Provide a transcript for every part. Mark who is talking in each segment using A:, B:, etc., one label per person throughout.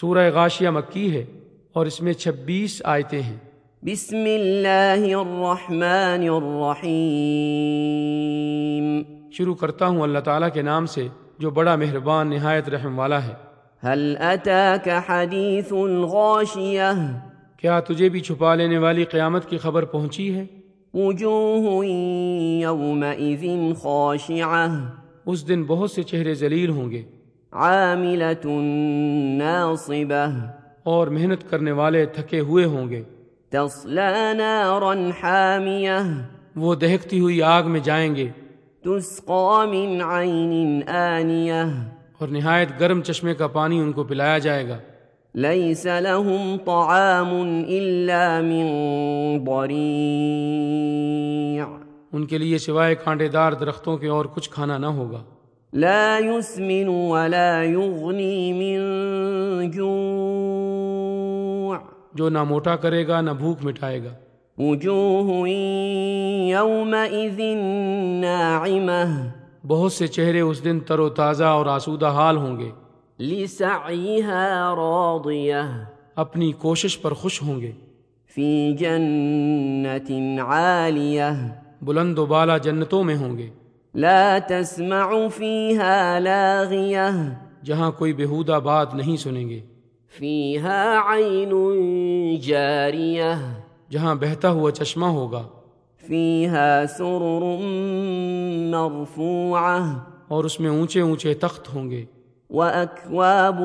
A: سورہ غاشیہ مکی ہے اور اس میں چھبیس آیتیں ہیں
B: بسم اللہ الرحمن الرحیم
A: شروع کرتا ہوں اللہ تعالیٰ کے نام سے جو بڑا مہربان نہایت رحم والا ہے
B: هل أتاك حديث غاشية
A: کیا تجھے بھی چھپا لینے والی قیامت کی خبر پہنچی ہے
B: وجوه يومئذ خاشعة
A: اس دن بہت سے چہرے ذلیل ہوں گے
B: عاملة ناصبة
A: اور محنت کرنے والے تھکے ہوئے ہوں گے
B: تصلى نارا حامية
A: وہ دہکتی ہوئی آگ میں جائیں گے
B: تسقى من عين آنية
A: اور نہایت گرم چشمے کا پانی ان کو پلایا جائے گا
B: ليس لهم طعام إلا من ضريع
A: ان کے لیے سوائے کانٹے دار درختوں کے اور کچھ کھانا نہ ہوگا
B: لا يسمن ولا يغني من جوع
A: جو نہ موٹا کرے گا نہ بھوک مٹائے گا
B: وجوه يومئذ ناعمة
A: بہت سے چہرے اس دن تر و تازہ اور آسودہ حال ہوں گے
B: لسعيها راضية
A: اپنی کوشش پر خوش ہوں گے
B: في جنة عالية
A: بلند و بالا جنتوں میں ہوں گے
B: لا تسمع فيها لاغية
A: جہاں کوئی بےحودہ بات نہیں سنیں گے
B: فيها عين جارية
A: جہاں بہتا ہوا چشمہ ہوگا
B: فيها سرر مرفوعة
A: اور اس میں اونچے اونچے تخت ہوں گے
B: وأكواب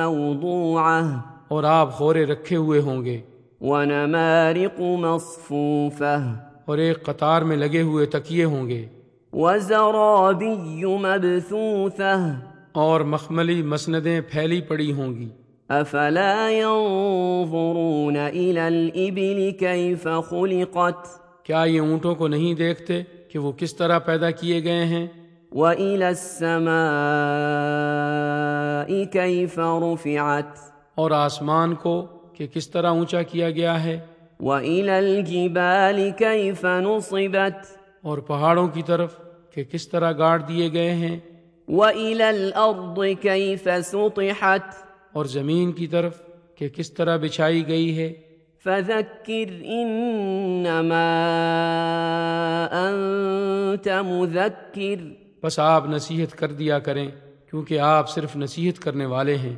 B: موضوعة
A: اور آب خورے رکھے ہوئے ہوں گے
B: ونمارق مصفوفة
A: اور ایک قطار میں لگے ہوئے تکیے ہوں گے
B: وزرابي مبثوثة
A: اور مخملی مسندیں پھیلی پڑی ہوں گی
B: أفلا ينظرون إلى الإبل كيف خلقت
A: کیا یہ اونٹوں کو نہیں دیکھتے کہ وہ کس طرح پیدا کیے گئے ہیں
B: وإلى السماء كيف رفعت
A: اور آسمان کو کہ کس طرح اونچا کیا گیا ہے
B: وإلى الجبال كيف نصبت
A: اور پہاڑوں کی طرف کہ کس طرح گاڑ دیے گئے ہیں
B: وإلى الأرض كيف سطحت
A: اور زمین کی طرف کہ کس طرح بچھائی گئی ہے
B: فذكر إنما أنت مذكر
A: بس آپ نصیحت کر دیا کریں کیونکہ آپ صرف نصیحت کرنے والے ہیں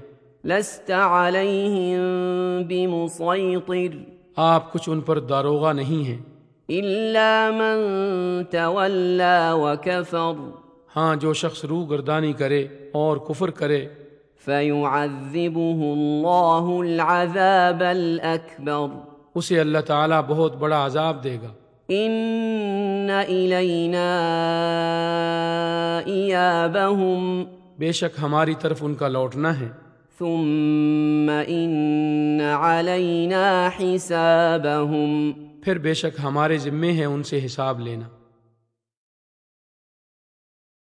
B: لست عليهم بمسيطر
A: آپ کچھ ان پر داروغہ نہیں ہیں
B: إلا من تولى وكفر
A: ہاں جو شخص روح گردانی کرے اور کفر کرے
B: فيعذبه الله العذاب الأكبر
A: اسے اللہ تعالیٰ بہت بڑا عذاب دے گا
B: إن إلينا إيابهم
A: بے شک ہماری طرف ان کا لوٹنا ہے
B: ثم إن علينا حسابهم
A: پھر بے شک ہمارے ذمے ہے ان سے حساب لینا